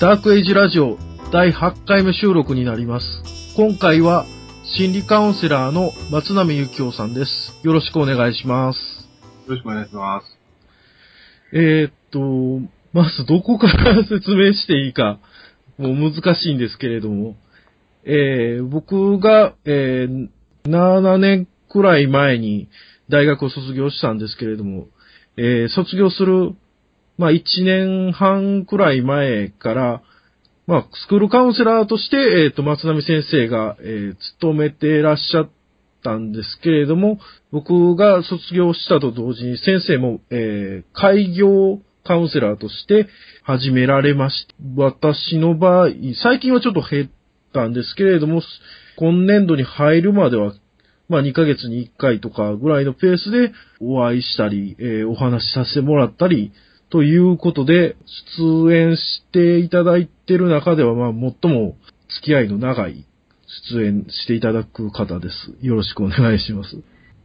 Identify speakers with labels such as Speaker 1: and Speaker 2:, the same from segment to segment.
Speaker 1: ダークエイジラジオ第8回目収録になります。今回は心理カウンセラーの松波幸雄さんです。よろしくお願いします。
Speaker 2: よろしくお願いします。
Speaker 1: えー、っと、まずどこから説明していいか、もう難しいんですけれども、えー、僕が、えー、7年くらい前に大学を卒業したんですけれども、えー、卒業する、まあ、1年半くらい前から、まあ、スクールカウンセラーとして、えー、っと、松並先生が、えー、勤めてらっしゃったんですけれども、僕が卒業したと同時に先生も、えー開業カウンセラーとして始められまして、私の場合、最近はちょっと減ったんですけれども、今年度に入るまでは、まあ2ヶ月に1回とかぐらいのペースでお会いしたり、えーお話しさせてもらったり、ということで、出演していただいてる中では、まあ最も付き合いの長い出演していただく方です。よろしくお願いします。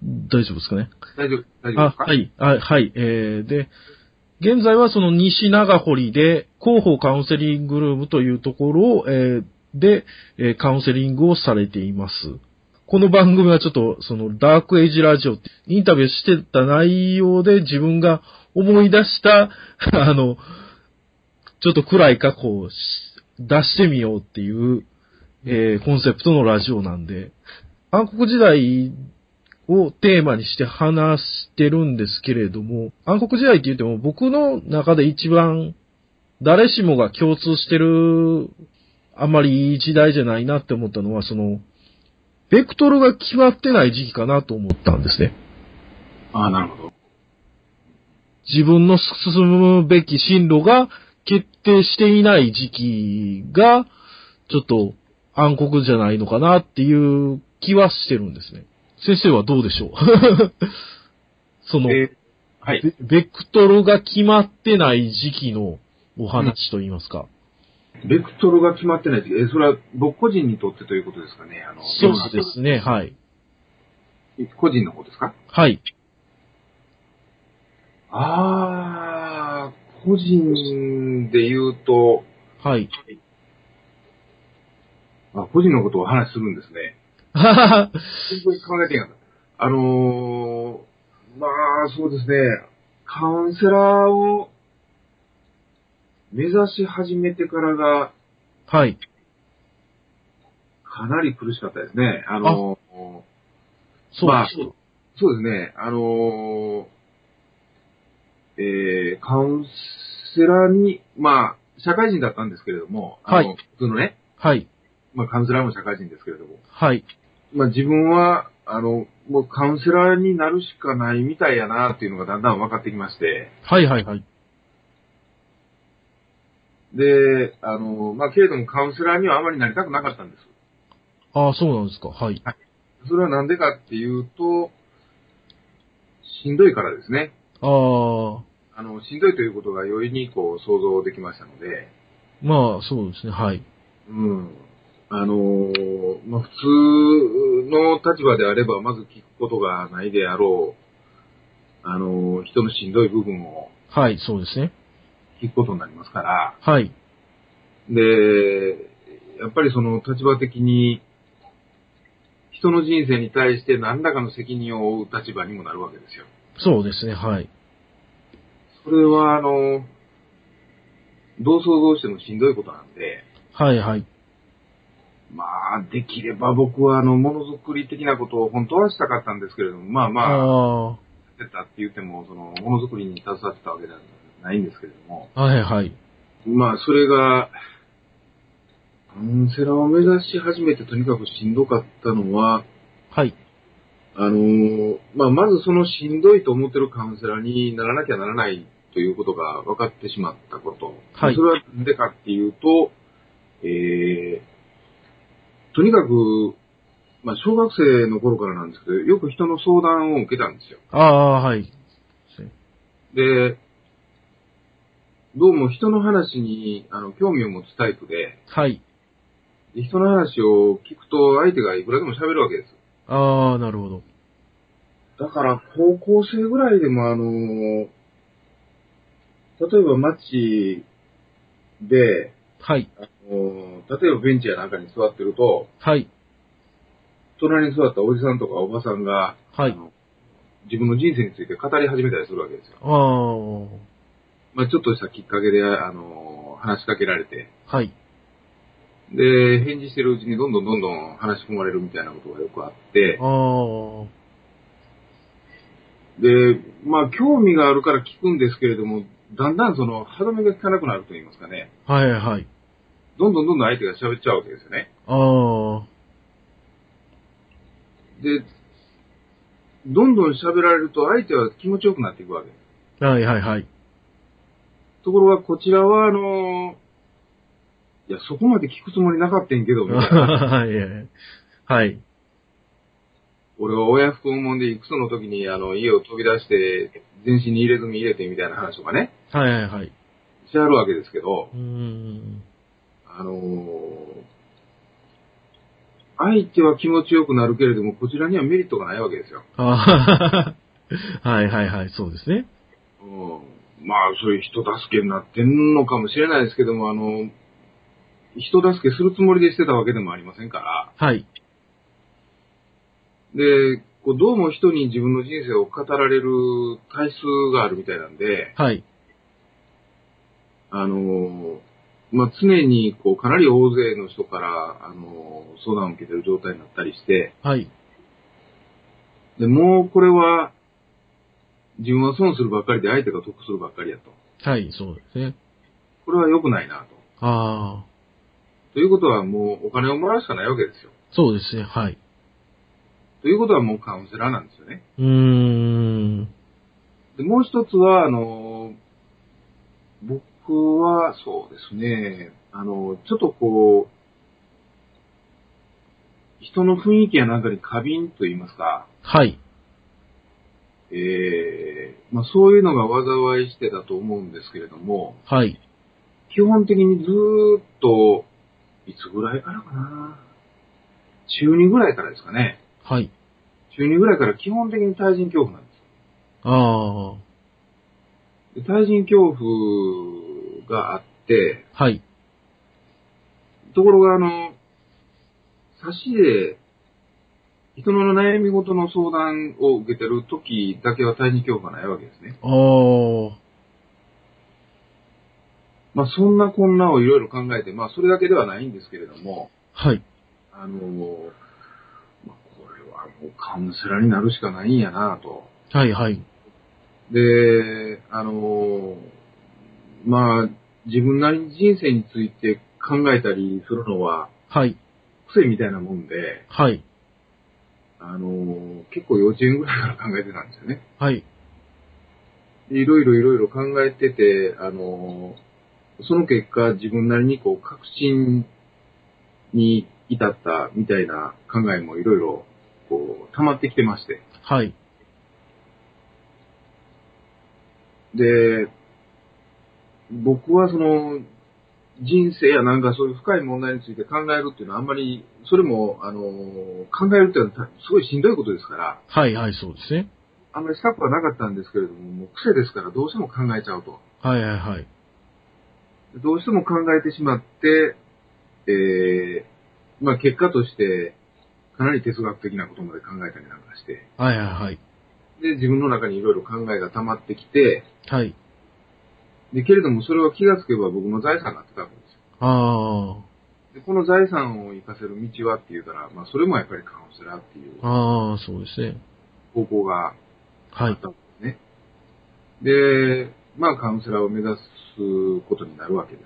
Speaker 1: 大丈夫ですかね
Speaker 2: 大丈夫、大丈夫で
Speaker 1: あ
Speaker 2: す、か
Speaker 1: はい、あはい、えー、で、現在はその西長堀で広報カウンセリングルームというところを、えーで、えーカウンセリングをされています。この番組はちょっとそのダークエイジラジオってインタビューしてた内容で自分が思い出した、 あの、ちょっと暗い過去をし出してみようっていう、えーコンセプトのラジオなんで、暗黒時代をテーマにして話してるんですけれども、暗黒時代って言っても僕の中で一番誰しもが共通してる、あんまりいい時代じゃないなって思ったのは、その、ベクトルが決まってない時期かなと思ったんですね。
Speaker 2: ああ、なるほど。
Speaker 1: 自分の進むべき進路が決定していない時期が、ちょっと暗黒じゃないのかなっていう気はしてるんですね。先生はどうでしょう その、
Speaker 2: えーはい。
Speaker 1: ベベクトルが決まってない時期のお話といいますか。
Speaker 2: ベクトルが決まってない時えーそれは僕個人にとってということですかねあの、
Speaker 1: そうですね、はい。
Speaker 2: 世の中個人の方ですか
Speaker 1: はい。
Speaker 2: ああ、個人で言うと、
Speaker 1: はい。
Speaker 2: あ個人のことをお話しするんですね。
Speaker 1: ははは
Speaker 2: 本当に考えていいかなあのー、まあ、そうですね。カウンセラーを目指し始めてからが、
Speaker 1: はい。
Speaker 2: かなり苦しかったですね。あのー
Speaker 1: そうです
Speaker 2: まあそうですね。あのーえー、カウンセラーに、まあ、社会人だったんですけれども、あの
Speaker 1: はい。
Speaker 2: 普通のね、
Speaker 1: はい。
Speaker 2: まあ、カウンセラーも社会人ですけれども、
Speaker 1: はい。
Speaker 2: まあ、自分は、あの、もうカウンセラーになるしかないみたいやな、っていうのがだんだん分かってきまして、
Speaker 1: はい。はい。はい。
Speaker 2: で、あの、まあ、けれどもカウンセラーにはあまりなりたくなかったんです。
Speaker 1: ああ、そうなんですか。はい。
Speaker 2: それはなんでかっていうと、しんどいからですね。
Speaker 1: ああ、
Speaker 2: あの、しんどいということが容易にこう想像できましたので、
Speaker 1: まあ、そうですね。はい。
Speaker 2: うん。あのーまあ、普通の立場であれば、まず聞くことがないであろう、あのー人のしんどい部分を
Speaker 1: はい、そうですね。
Speaker 2: 聞くことになりますから、
Speaker 1: はい。
Speaker 2: で、やっぱりその立場的に、人の人生に対して何らかの責任を負う立場にもなるわけですよ。
Speaker 1: そうですね。はい。
Speaker 2: それは、あのーどう想像してもしんどいことなんで、
Speaker 1: はい。はい。
Speaker 2: まあ、できれば僕は、あの、ものづくり的なことを本当はしたかったんですけれども、まあまあ、
Speaker 1: あ
Speaker 2: やってたって言っても、その、ものづくりに携わってたわけではないんですけれども、
Speaker 1: あ、はい。はい。
Speaker 2: まあ、それが、カウンセラーを目指し始めてとにかくしんどかったのは、
Speaker 1: はい。
Speaker 2: あのーまあ、まずそのしんどいと思ってるカウンセラーにならなきゃならないということが分かってしまったこと。
Speaker 1: はい
Speaker 2: それはなんでかっていうと、えー、とにかく、まあ、小学生の頃からなんですけど、よく人の相談を受けたんですよ。
Speaker 1: ああ、はい。
Speaker 2: で、どうも人の話にあの興味を持つタイプで、
Speaker 1: はい。
Speaker 2: で人の話を聞くと相手がいくらでも喋るわけです。
Speaker 1: ああ、なるほど。
Speaker 2: だから高校生ぐらいでもあの、例えば街で、
Speaker 1: はい。
Speaker 2: あのー例えばベンチやなんかに座ってると、
Speaker 1: はい。
Speaker 2: 隣に座ったおじさんとかおばさんが、
Speaker 1: はい
Speaker 2: あの自分の人生について語り始めたりするわけですよ。
Speaker 1: ああ。
Speaker 2: まあ、ちょっとしたきっかけで、あのー話しかけられて、
Speaker 1: はい。
Speaker 2: で、返事してるうちにどんどんどんどん話し込まれるみたいなことがよくあって
Speaker 1: あ、あ。
Speaker 2: で、まあ、興味があるから聞くんですけれども、だんだんその、歯止めが効かなくなると言いますかね、
Speaker 1: はいはい。
Speaker 2: どんどんどんどん相手が喋っちゃうわけですよね。
Speaker 1: ああ。
Speaker 2: で、どんどん喋られると相手は気持ちよくなっていくわけです。
Speaker 1: はいはいはい。
Speaker 2: ところが、こちらは、あのーいや、そこまで聞くつもりなかったんやけど、みた いな。
Speaker 1: はいはい。はい。
Speaker 2: 俺は親不幸もんで、いくつの時に、あの、家を飛び出して、全身に入れ墨入れて、みたいな話とかね、
Speaker 1: はいはいはい。
Speaker 2: してあるわけですけど、
Speaker 1: うーん。
Speaker 2: あのー相手は気持ちよくなるけれども、こちらにはメリットがないわけですよ。
Speaker 1: ああ。 はいはいはい。そうですね。
Speaker 2: うん。まあ、そういう人助けになってんのかもしれないですけども、あの、人助けするつもりでしてたわけでもありませんから、
Speaker 1: はい。
Speaker 2: で、こうどうも人に自分の人生を語られる体質があるみたいなんで、
Speaker 1: はい。
Speaker 2: あの、まあ、常にこうかなり大勢の人から、あの、相談を受けてる状態になったりして、
Speaker 1: はい。
Speaker 2: で、もうこれは、自分は損するばっかりで相手が得するばっかりやと。
Speaker 1: はい。そうですね。
Speaker 2: これは良くないなと。
Speaker 1: ああ。
Speaker 2: ということはもうお金をもらうしかないわけですよ。
Speaker 1: そうですね。はい。
Speaker 2: ということはもうカウンセラーなんですよね。
Speaker 1: うーん。
Speaker 2: で、もう一つは、あの、僕はそうですね、あの、ちょっとこう、人の雰囲気やなんかに過敏と言いますか、
Speaker 1: はい。
Speaker 2: えー、まあそういうのが災いしてたと思うんですけれども、
Speaker 1: はい。
Speaker 2: 基本的にずーっと、いつぐらいからかな、中2ぐらいからですかね、
Speaker 1: はい。
Speaker 2: 中2ぐらいから基本的に対人恐怖なんです。
Speaker 1: ああ。
Speaker 2: で対人恐怖があって、
Speaker 1: はい。
Speaker 2: ところが、あの、差しで、人の悩み事の相談を受けてる時だけは対人恐怖がないわけですね。
Speaker 1: ああ。
Speaker 2: まあ、そんなこんなをいろいろ考えて、まあ、それだけではないんですけれども、
Speaker 1: はい。
Speaker 2: あの、まあ、これはもうカウンセラーになるしかないんやなと。
Speaker 1: はいはい。
Speaker 2: で、あの、まあ、自分なりに人生について考えたりするのは
Speaker 1: はい。
Speaker 2: 癖みたいなもんで、
Speaker 1: はい。
Speaker 2: あの、結構幼稚園ぐらいから考えてたんですよね。
Speaker 1: はい。
Speaker 2: いろいろいろいろ考えてて、あの、その結果自分なりにこう確信に至ったみたいな考えもいろいろこう溜まってきてまして。
Speaker 1: はい。
Speaker 2: で、僕はその人生やなんかそういう深い問題について考えるっていうのはあんまり、それもあの、考えるっていうのはすごいしんどいことですから、
Speaker 1: はいはい。そうですね。
Speaker 2: あんまりしたくはなかったんですけれども、もう癖ですからどうしても考えちゃうと。
Speaker 1: はいはいはい。
Speaker 2: どうしても考えてしまって、えー、まあ結果として、かなり哲学的なことまで考えたりなんかして、
Speaker 1: はいはいはい。
Speaker 2: で、自分の中にいろいろ考えが溜まってきて、
Speaker 1: はい。
Speaker 2: で、けれどもそれは気がつけば僕の財産になってたわけですよ。
Speaker 1: あ
Speaker 2: で、この財産を活かせる道はって言うたら、まあそれもやっぱりカウンセラーっていう
Speaker 1: あ。ああ、そうですね。
Speaker 2: 方向が
Speaker 1: は
Speaker 2: あ
Speaker 1: い
Speaker 2: っ。たんですね。で、まあカウンセラーを目指すことになるわけです。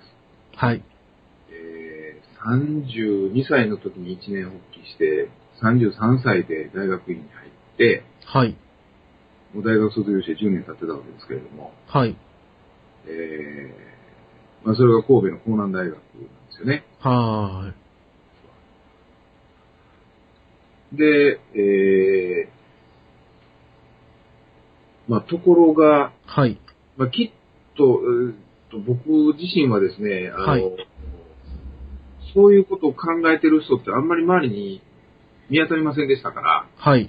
Speaker 1: はい。
Speaker 2: えー32歳の時に一年発起して、33歳で大学院に入って、
Speaker 1: はい。
Speaker 2: もう大学卒業して10年経ってたわけですけれども、
Speaker 1: はい。
Speaker 2: えーまあ、それが神戸の江南大学なんですよね。
Speaker 1: はーい。
Speaker 2: で、えーまあ、ところが、
Speaker 1: はい。
Speaker 2: まあ、きっと、うーっと僕自身はですね、あの、
Speaker 1: はい
Speaker 2: そういうことを考えてる人ってあんまり周りに見当たりませんでしたから、
Speaker 1: はい。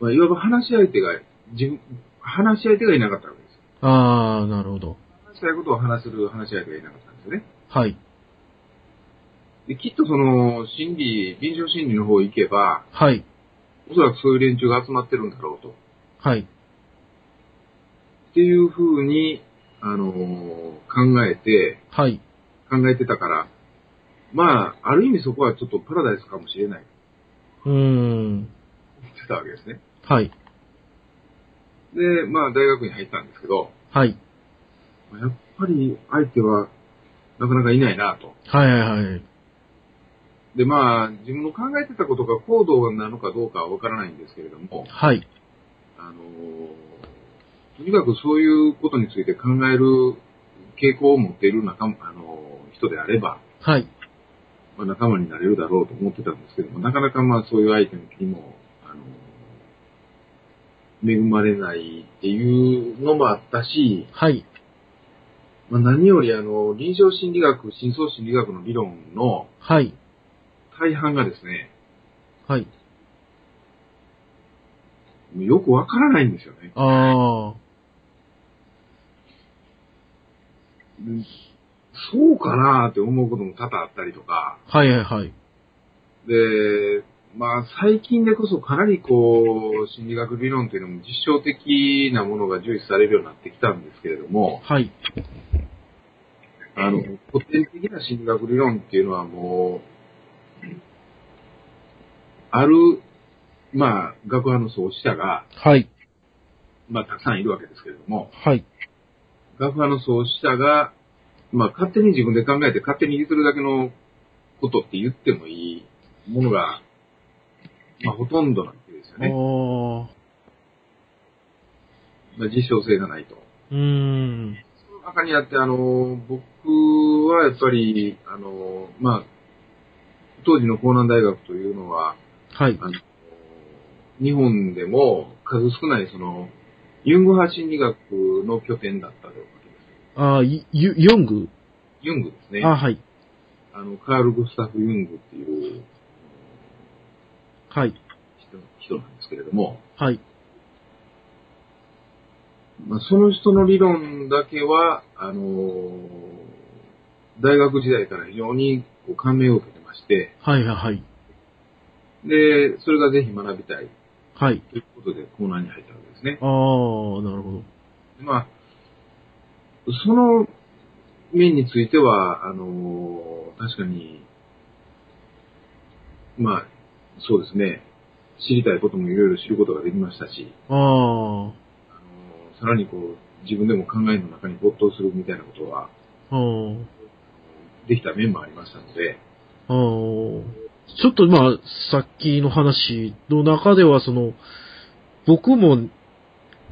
Speaker 2: まあ、いわば話し相手が、自分、話し相手がいなかったわけです。
Speaker 1: ああ、なるほど。
Speaker 2: したいことを話する話し合いがいなかったんですよね。
Speaker 1: はい。
Speaker 2: で、きっとその、心理、臨床心理の方行けば、
Speaker 1: はい。
Speaker 2: おそらくそういう連中が集まってるんだろうと。っ
Speaker 1: はい。
Speaker 2: ていうふうに、あのー考えて、
Speaker 1: はい。
Speaker 2: 考えてたから、まあ、ある意味そこはちょっとパラダイスかもしれないって
Speaker 1: うーん。
Speaker 2: 言ってたわけですね。
Speaker 1: はい。
Speaker 2: で、まあ、大学に入ったんですけど、
Speaker 1: はい。
Speaker 2: やっぱり相手はなかなかいないなと。
Speaker 1: はいはいはい。
Speaker 2: で、まあ、自分の考えてたことが行動なのかどうかはわからないんですけれども、
Speaker 1: はい。
Speaker 2: あのーとにかくそういうことについて考える傾向を持っている仲間、あのー人であれば、
Speaker 1: はい。
Speaker 2: まあ、仲間になれるだろうと思ってたんですけども、なかなかまあそういう相手にも、あのー恵まれないっていうのもあったし、
Speaker 1: はい。
Speaker 2: まあ、何よりあの、臨床心理学、深層心理学の理論の
Speaker 1: はい。
Speaker 2: 大半がですね、
Speaker 1: はい。
Speaker 2: よくわからないんですよね。
Speaker 1: あ
Speaker 2: そうかなーって思うことも多々あったりとか、
Speaker 1: あ。はいはいはい。
Speaker 2: で、まあ最近でこそかなりこう、心理学理論というのも実証的なものが重視されるようになってきたんですけれども、
Speaker 1: はい。
Speaker 2: あの、古典的な心理学理論っていうのはもう、ある、まあ、学派の創始者が、
Speaker 1: はい。
Speaker 2: まあ、たくさんいるわけですけれども、
Speaker 1: はい。
Speaker 2: 学派の創始者が、まあ、勝手に自分で考えて勝手に譲るだけのことって言ってもいいものが、まあ、ほとんどなわけですよ
Speaker 1: ああ。
Speaker 2: ね。まあ、実証性がないと。
Speaker 1: うーん。
Speaker 2: その中にあって、あの、僕はやっぱり、あの、まあ、当時の江南大学というのは、
Speaker 1: はい。
Speaker 2: あの、日本でも数少ないその、ユング派心理学の拠点だったということです。
Speaker 1: ああ、いユヨング
Speaker 2: ユングですね。
Speaker 1: あはい。
Speaker 2: あの、カール・グスタフ・ユングっていう
Speaker 1: はい。
Speaker 2: 人人なんですけれども、
Speaker 1: はい。
Speaker 2: まあ、その人の理論だけは、あの大学時代から非常にこう感銘を受けてまして、
Speaker 1: はいはいはい。
Speaker 2: で、それがぜひ学びたい
Speaker 1: はい。
Speaker 2: ということでコーナーに入ったわけですね。
Speaker 1: ああ、なるほど。
Speaker 2: まあ、その面については、あの確かに、まあ、そうですね、知りたいこともいろいろ知ることができましたし、
Speaker 1: あ
Speaker 2: あのさらにこう、自分でも考えの中に没頭するみたいなことは、
Speaker 1: あ、あー
Speaker 2: できた面もありましたので、
Speaker 1: あー。ちょっとまあ、さっきの話の中では、その、僕も、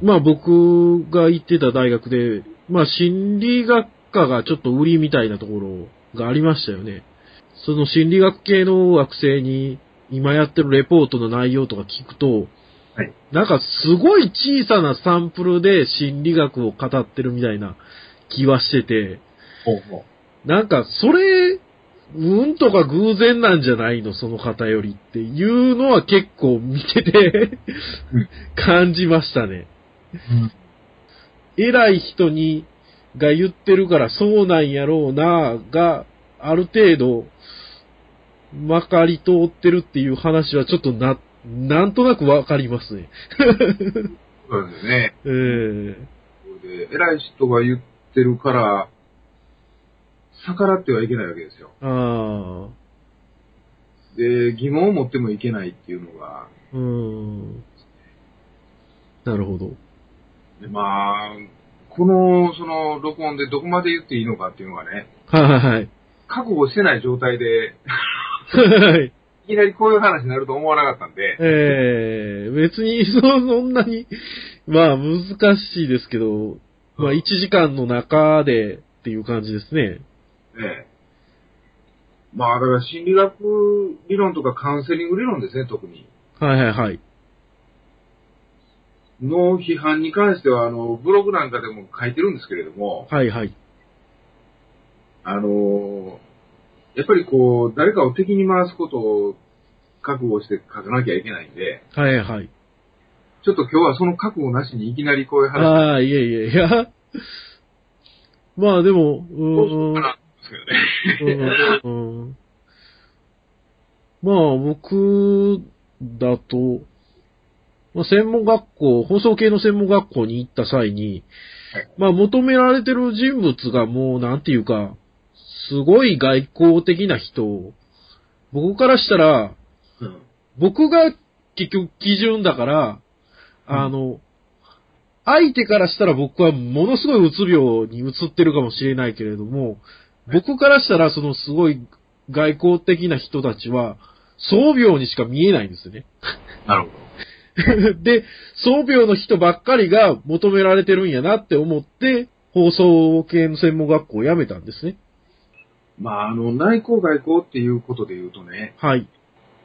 Speaker 1: まあ僕が行ってた大学で、まあ心理学科がちょっと売りみたいなところがありましたよね。その心理学系の学生に今やってるレポートの内容とか聞くと、
Speaker 2: はい
Speaker 1: なんかすごい小さなサンプルで心理学を語ってるみたいな気はしてて、
Speaker 2: ほうほう。
Speaker 1: なんか、それ、運とか偶然なんじゃないの、その方よりっていうのは結構見てて
Speaker 2: うん
Speaker 1: 感じましたね。偉い人に、が言ってるからそうなんやろうな、が、ある程度、まかり通ってるっていう話はちょっとな、なんとなくわかりますね。
Speaker 2: そうなんですよね。
Speaker 1: えー、
Speaker 2: これで、偉い人が言ってるから、逆らってはいけないわけですよ。
Speaker 1: あ
Speaker 2: で、疑問を持ってもいけないっていうのが、
Speaker 1: ー、うーん。なるほど。
Speaker 2: でまあ、この、その、録音でどこまで言っていいのかっていうのがね、
Speaker 1: はいはいはい。
Speaker 2: 覚悟してない状態で、
Speaker 1: はい。
Speaker 2: いきなりこういう話になると思わなかったんで、
Speaker 1: ええ別にそ、そんなに、まあ難しいですけど、まあ1時間の中でっていう感じですね。
Speaker 2: ええ。まあ、だから心理学理論とかカウンセリング理論ですね、特に。
Speaker 1: はいはいはい。
Speaker 2: の批判に関しては、あの、ブログなんかでも書いてるんですけれども、
Speaker 1: はいはい。
Speaker 2: あの、やっぱりこう、誰かを敵に回すことを覚悟して書かなきゃいけないんで、
Speaker 1: はいはい。
Speaker 2: ちょっと今日はその覚悟なしにいきなりこういう話、
Speaker 1: ああ、いえいえ、いや、まあでも、う
Speaker 2: どうしよ
Speaker 1: ー
Speaker 2: うんか。な。ですけどね。
Speaker 1: うんうんまあ、僕だと、まあ、専門学校、放送系の専門学校に行った際に
Speaker 2: はい、
Speaker 1: まあ、求められてる人物がもう、なんていうか、すごい外交的な人、僕からしたら、
Speaker 2: うん。
Speaker 1: 僕が結局基準だから、
Speaker 2: うん
Speaker 1: あの、相手からしたら僕はものすごいうつ病に移ってるかもしれないけれども、僕からしたらそのすごい外交的な人たちは、装病にしか見えないんですよね。
Speaker 2: なるほど。
Speaker 1: で、装病の人ばっかりが求められてるんやなって思って、放送系の専門学校を辞めたんですね。
Speaker 2: まあ、あの、内向外向っていうことで言うとね、
Speaker 1: はい。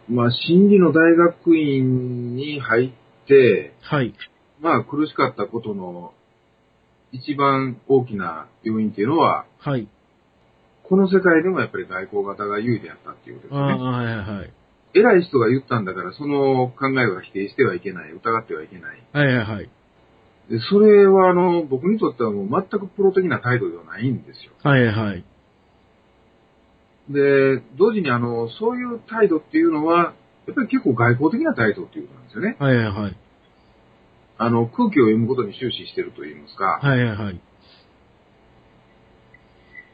Speaker 2: まあ、心理の大学院に入って、
Speaker 1: はい。
Speaker 2: まあ、苦しかったことの一番大きな要因っていうのは、
Speaker 1: はい。
Speaker 2: この世界でもやっぱり外交型が優位であったっていうことで
Speaker 1: あ
Speaker 2: す
Speaker 1: あ、
Speaker 2: ね。
Speaker 1: はいはいはい。
Speaker 2: 偉い人が言ったんだから、その考えは否定してはいけない、疑ってはいけない。
Speaker 1: はいはいはい。
Speaker 2: でそれは、あの、僕にとってはもう全くプロ的な態度ではないんですよ。
Speaker 1: はいはい。
Speaker 2: で、同時に、あの、そういう態度っていうのは、やっぱり結構外交的な態度っていうことなんですよね。
Speaker 1: はいはいはい。
Speaker 2: あの、空気を読むことに終始してると言いますか、
Speaker 1: はいはいはい。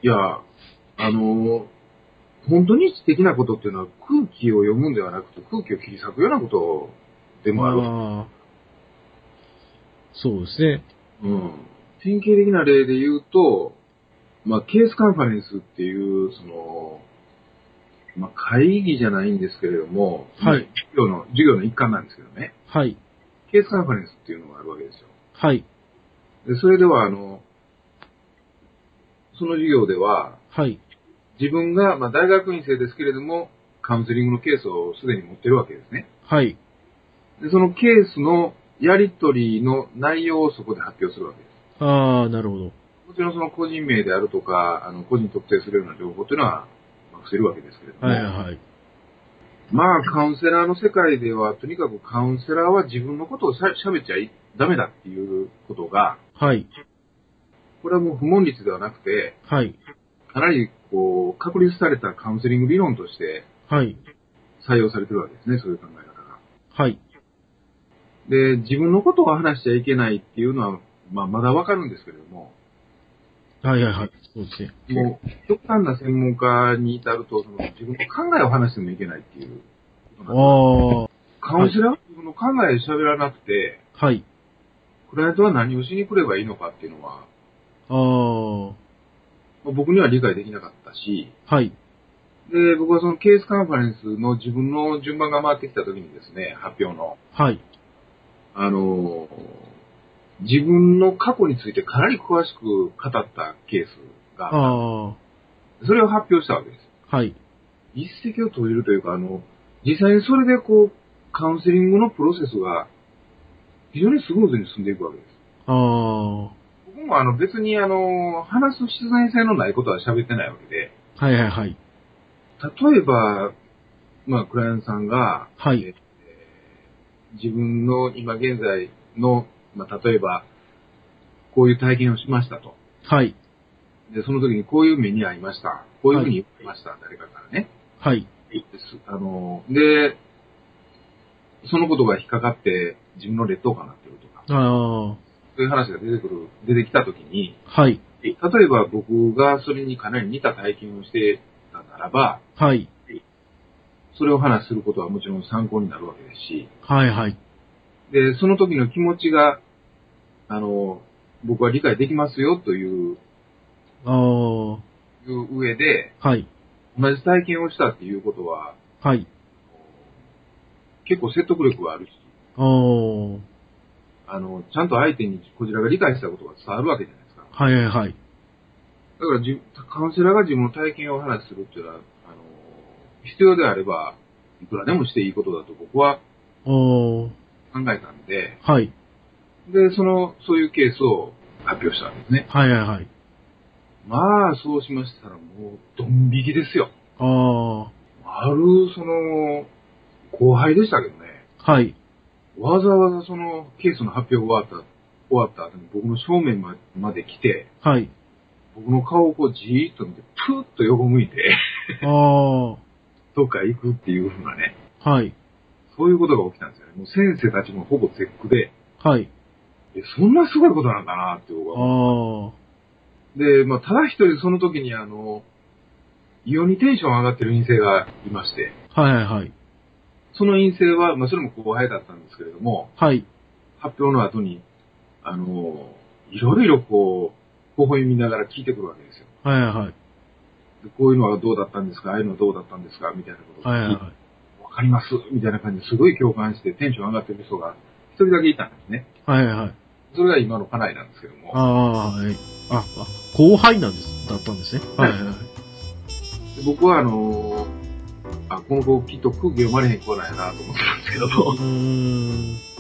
Speaker 2: いや、あの、本当に知的なことっていうのは空気を読むんではなくて空気を切り裂くようなことでもある。
Speaker 1: まあ、そうですね。
Speaker 2: うん。典型的な例で言うと、まあ、ケースカンファレンスっていう、その、まあ、会議じゃないんですけれども、
Speaker 1: はい。
Speaker 2: 授業の、授業の一環なんですけどね、
Speaker 1: はい。
Speaker 2: ケースカンファレンスっていうのがあるわけですよ。
Speaker 1: はい。
Speaker 2: で、それでは、あの、その授業では、
Speaker 1: はい。
Speaker 2: 自分が、まあ、大学院生ですけれども、カウンセリングのケースをすでに持ってるわけですね。
Speaker 1: はい。
Speaker 2: で、そのケースのやり取りの内容をそこで発表するわけです。
Speaker 1: ああ、なるほど。
Speaker 2: もちろんその個人名であるとか、あの、個人特定するような情報というのは、まあ伏せるわけですけれども、
Speaker 1: はいはい。
Speaker 2: まあ、カウンセラーの世界では、とにかくカウンセラーは自分のことをしゃ喋っちゃいダメだっていうことが、
Speaker 1: はい。
Speaker 2: これはもう不問率ではなくて、
Speaker 1: はい。
Speaker 2: かなりこう、確立されたカウンセリング理論として
Speaker 1: はい。
Speaker 2: 採用されてるわけですね、そういう考え方が。
Speaker 1: はい。
Speaker 2: で、自分のことを話しちゃいけないっていうのは、まあ、まだわかるんですけれども、
Speaker 1: はいはいはい。そうですね。
Speaker 2: もう、極端な専門家に至ると、その自分の考えを話してもいけないっていうことなんで
Speaker 1: あ
Speaker 2: す。カウンセラーは自分の考えを喋らなくて、
Speaker 1: あ、はい。
Speaker 2: クライアントは何をしに来ればいいのかっていうのは、
Speaker 1: ああ、
Speaker 2: まあ僕には理解できなかったし、
Speaker 1: はい。
Speaker 2: で、僕はそのケースカンファレンスの自分の順番が回ってきた時にですね、発表の、
Speaker 1: はい。
Speaker 2: あの、自分の過去についてかなり詳しく語ったケース
Speaker 1: あ
Speaker 2: が、
Speaker 1: あ、は
Speaker 2: それを発表したわけです。
Speaker 1: い。
Speaker 2: 一石を投じるというか、あの、実際にそれでこう、カウンセリングのプロセスが非常にスムーズに進んでいくわけです。
Speaker 1: あ
Speaker 2: 僕もあの別にあの、話す必然性のないことは喋ってないわけで、
Speaker 1: あ、はいはいはい。
Speaker 2: 例えば、まあ、クライアントさんが、
Speaker 1: はい。
Speaker 2: 自分の今現在の、まあ、例えば、こういう体験をしましたと。
Speaker 1: はい。
Speaker 2: で、その時にこういう目に遭いました。こういうふうに言われました、誰かからね。
Speaker 1: はい。
Speaker 2: ですあの、で、そのことが引っかかって自分の劣等感になってるとか、
Speaker 1: ああ、
Speaker 2: そういう話が出てくる、出てきた時に、
Speaker 1: はい。
Speaker 2: 例えば僕がそれにかなり似た体験をしてたならば、
Speaker 1: はい。
Speaker 2: それを話することはもちろん参考になるわけですし、
Speaker 1: はいはい。
Speaker 2: で、その時の気持ちが、あの、僕は理解できますよという
Speaker 1: ああ、
Speaker 2: いう上で、
Speaker 1: はい。
Speaker 2: 同じ体験をしたっていうことは、
Speaker 1: はい。
Speaker 2: 結構説得力があるし、
Speaker 1: ああ、は
Speaker 2: あの、ちゃんと相手にこちらが理解したことが伝わるわけじゃないですか。だか
Speaker 1: いはいはい。
Speaker 2: らじ、カウンセラーが自分の体験を話しするっていうのは、あの、必要であれば、いくらでもしていいことだと僕は
Speaker 1: ああ、
Speaker 2: 考えたんで、
Speaker 1: はい。
Speaker 2: で、その、そういうケースを発表したんですね。
Speaker 1: はいはいはい。
Speaker 2: まあ、そうしましたらもう、ドン引きですよ。
Speaker 1: あ
Speaker 2: ある、その、後輩でしたけどね、
Speaker 1: あ、はい。
Speaker 2: わざわざそのケースの発表が終わった、終わった後に僕の正面ままで来て、
Speaker 1: はい。
Speaker 2: 僕の顔をこうじーっと見て、プーッと横向いて、
Speaker 1: あ
Speaker 2: どっか行くっていうふうなね、
Speaker 1: あ、はい、
Speaker 2: そういうことが起きたんですよね。もう先生たちもほぼ絶句で、
Speaker 1: はい、
Speaker 2: え、そんなすごいことなんだなって僕
Speaker 1: あ
Speaker 2: は
Speaker 1: あ、
Speaker 2: で、まあ、ただ一人その時にあの、異様にテンション上がってる陰性がいまして、
Speaker 1: はいはいはい、
Speaker 2: その陰性は、まあ、それも後輩だったんですけれども、
Speaker 1: はい、
Speaker 2: 発表の後に、あの、いろいろこう、微笑みながら聞いてくるわけですよ。
Speaker 1: はいはい、
Speaker 2: でこういうのはどうだったんですかああいうのはどうだったんですかみたいなことを
Speaker 1: はい
Speaker 2: 聞い
Speaker 1: はい、
Speaker 2: て
Speaker 1: はい、
Speaker 2: わかりますみたいな感じですごい共感してテンション上がってる人が一人だけいたんですね。
Speaker 1: はいはい、
Speaker 2: それが今の家内なんですけども。
Speaker 1: ああー、はい、あ、あ、後輩なんです、だったんですね。はいはいはい。
Speaker 2: で僕はあのーあ、この子きっと空気読まれへん子なんやなと思ってたんですけど、
Speaker 1: うーん、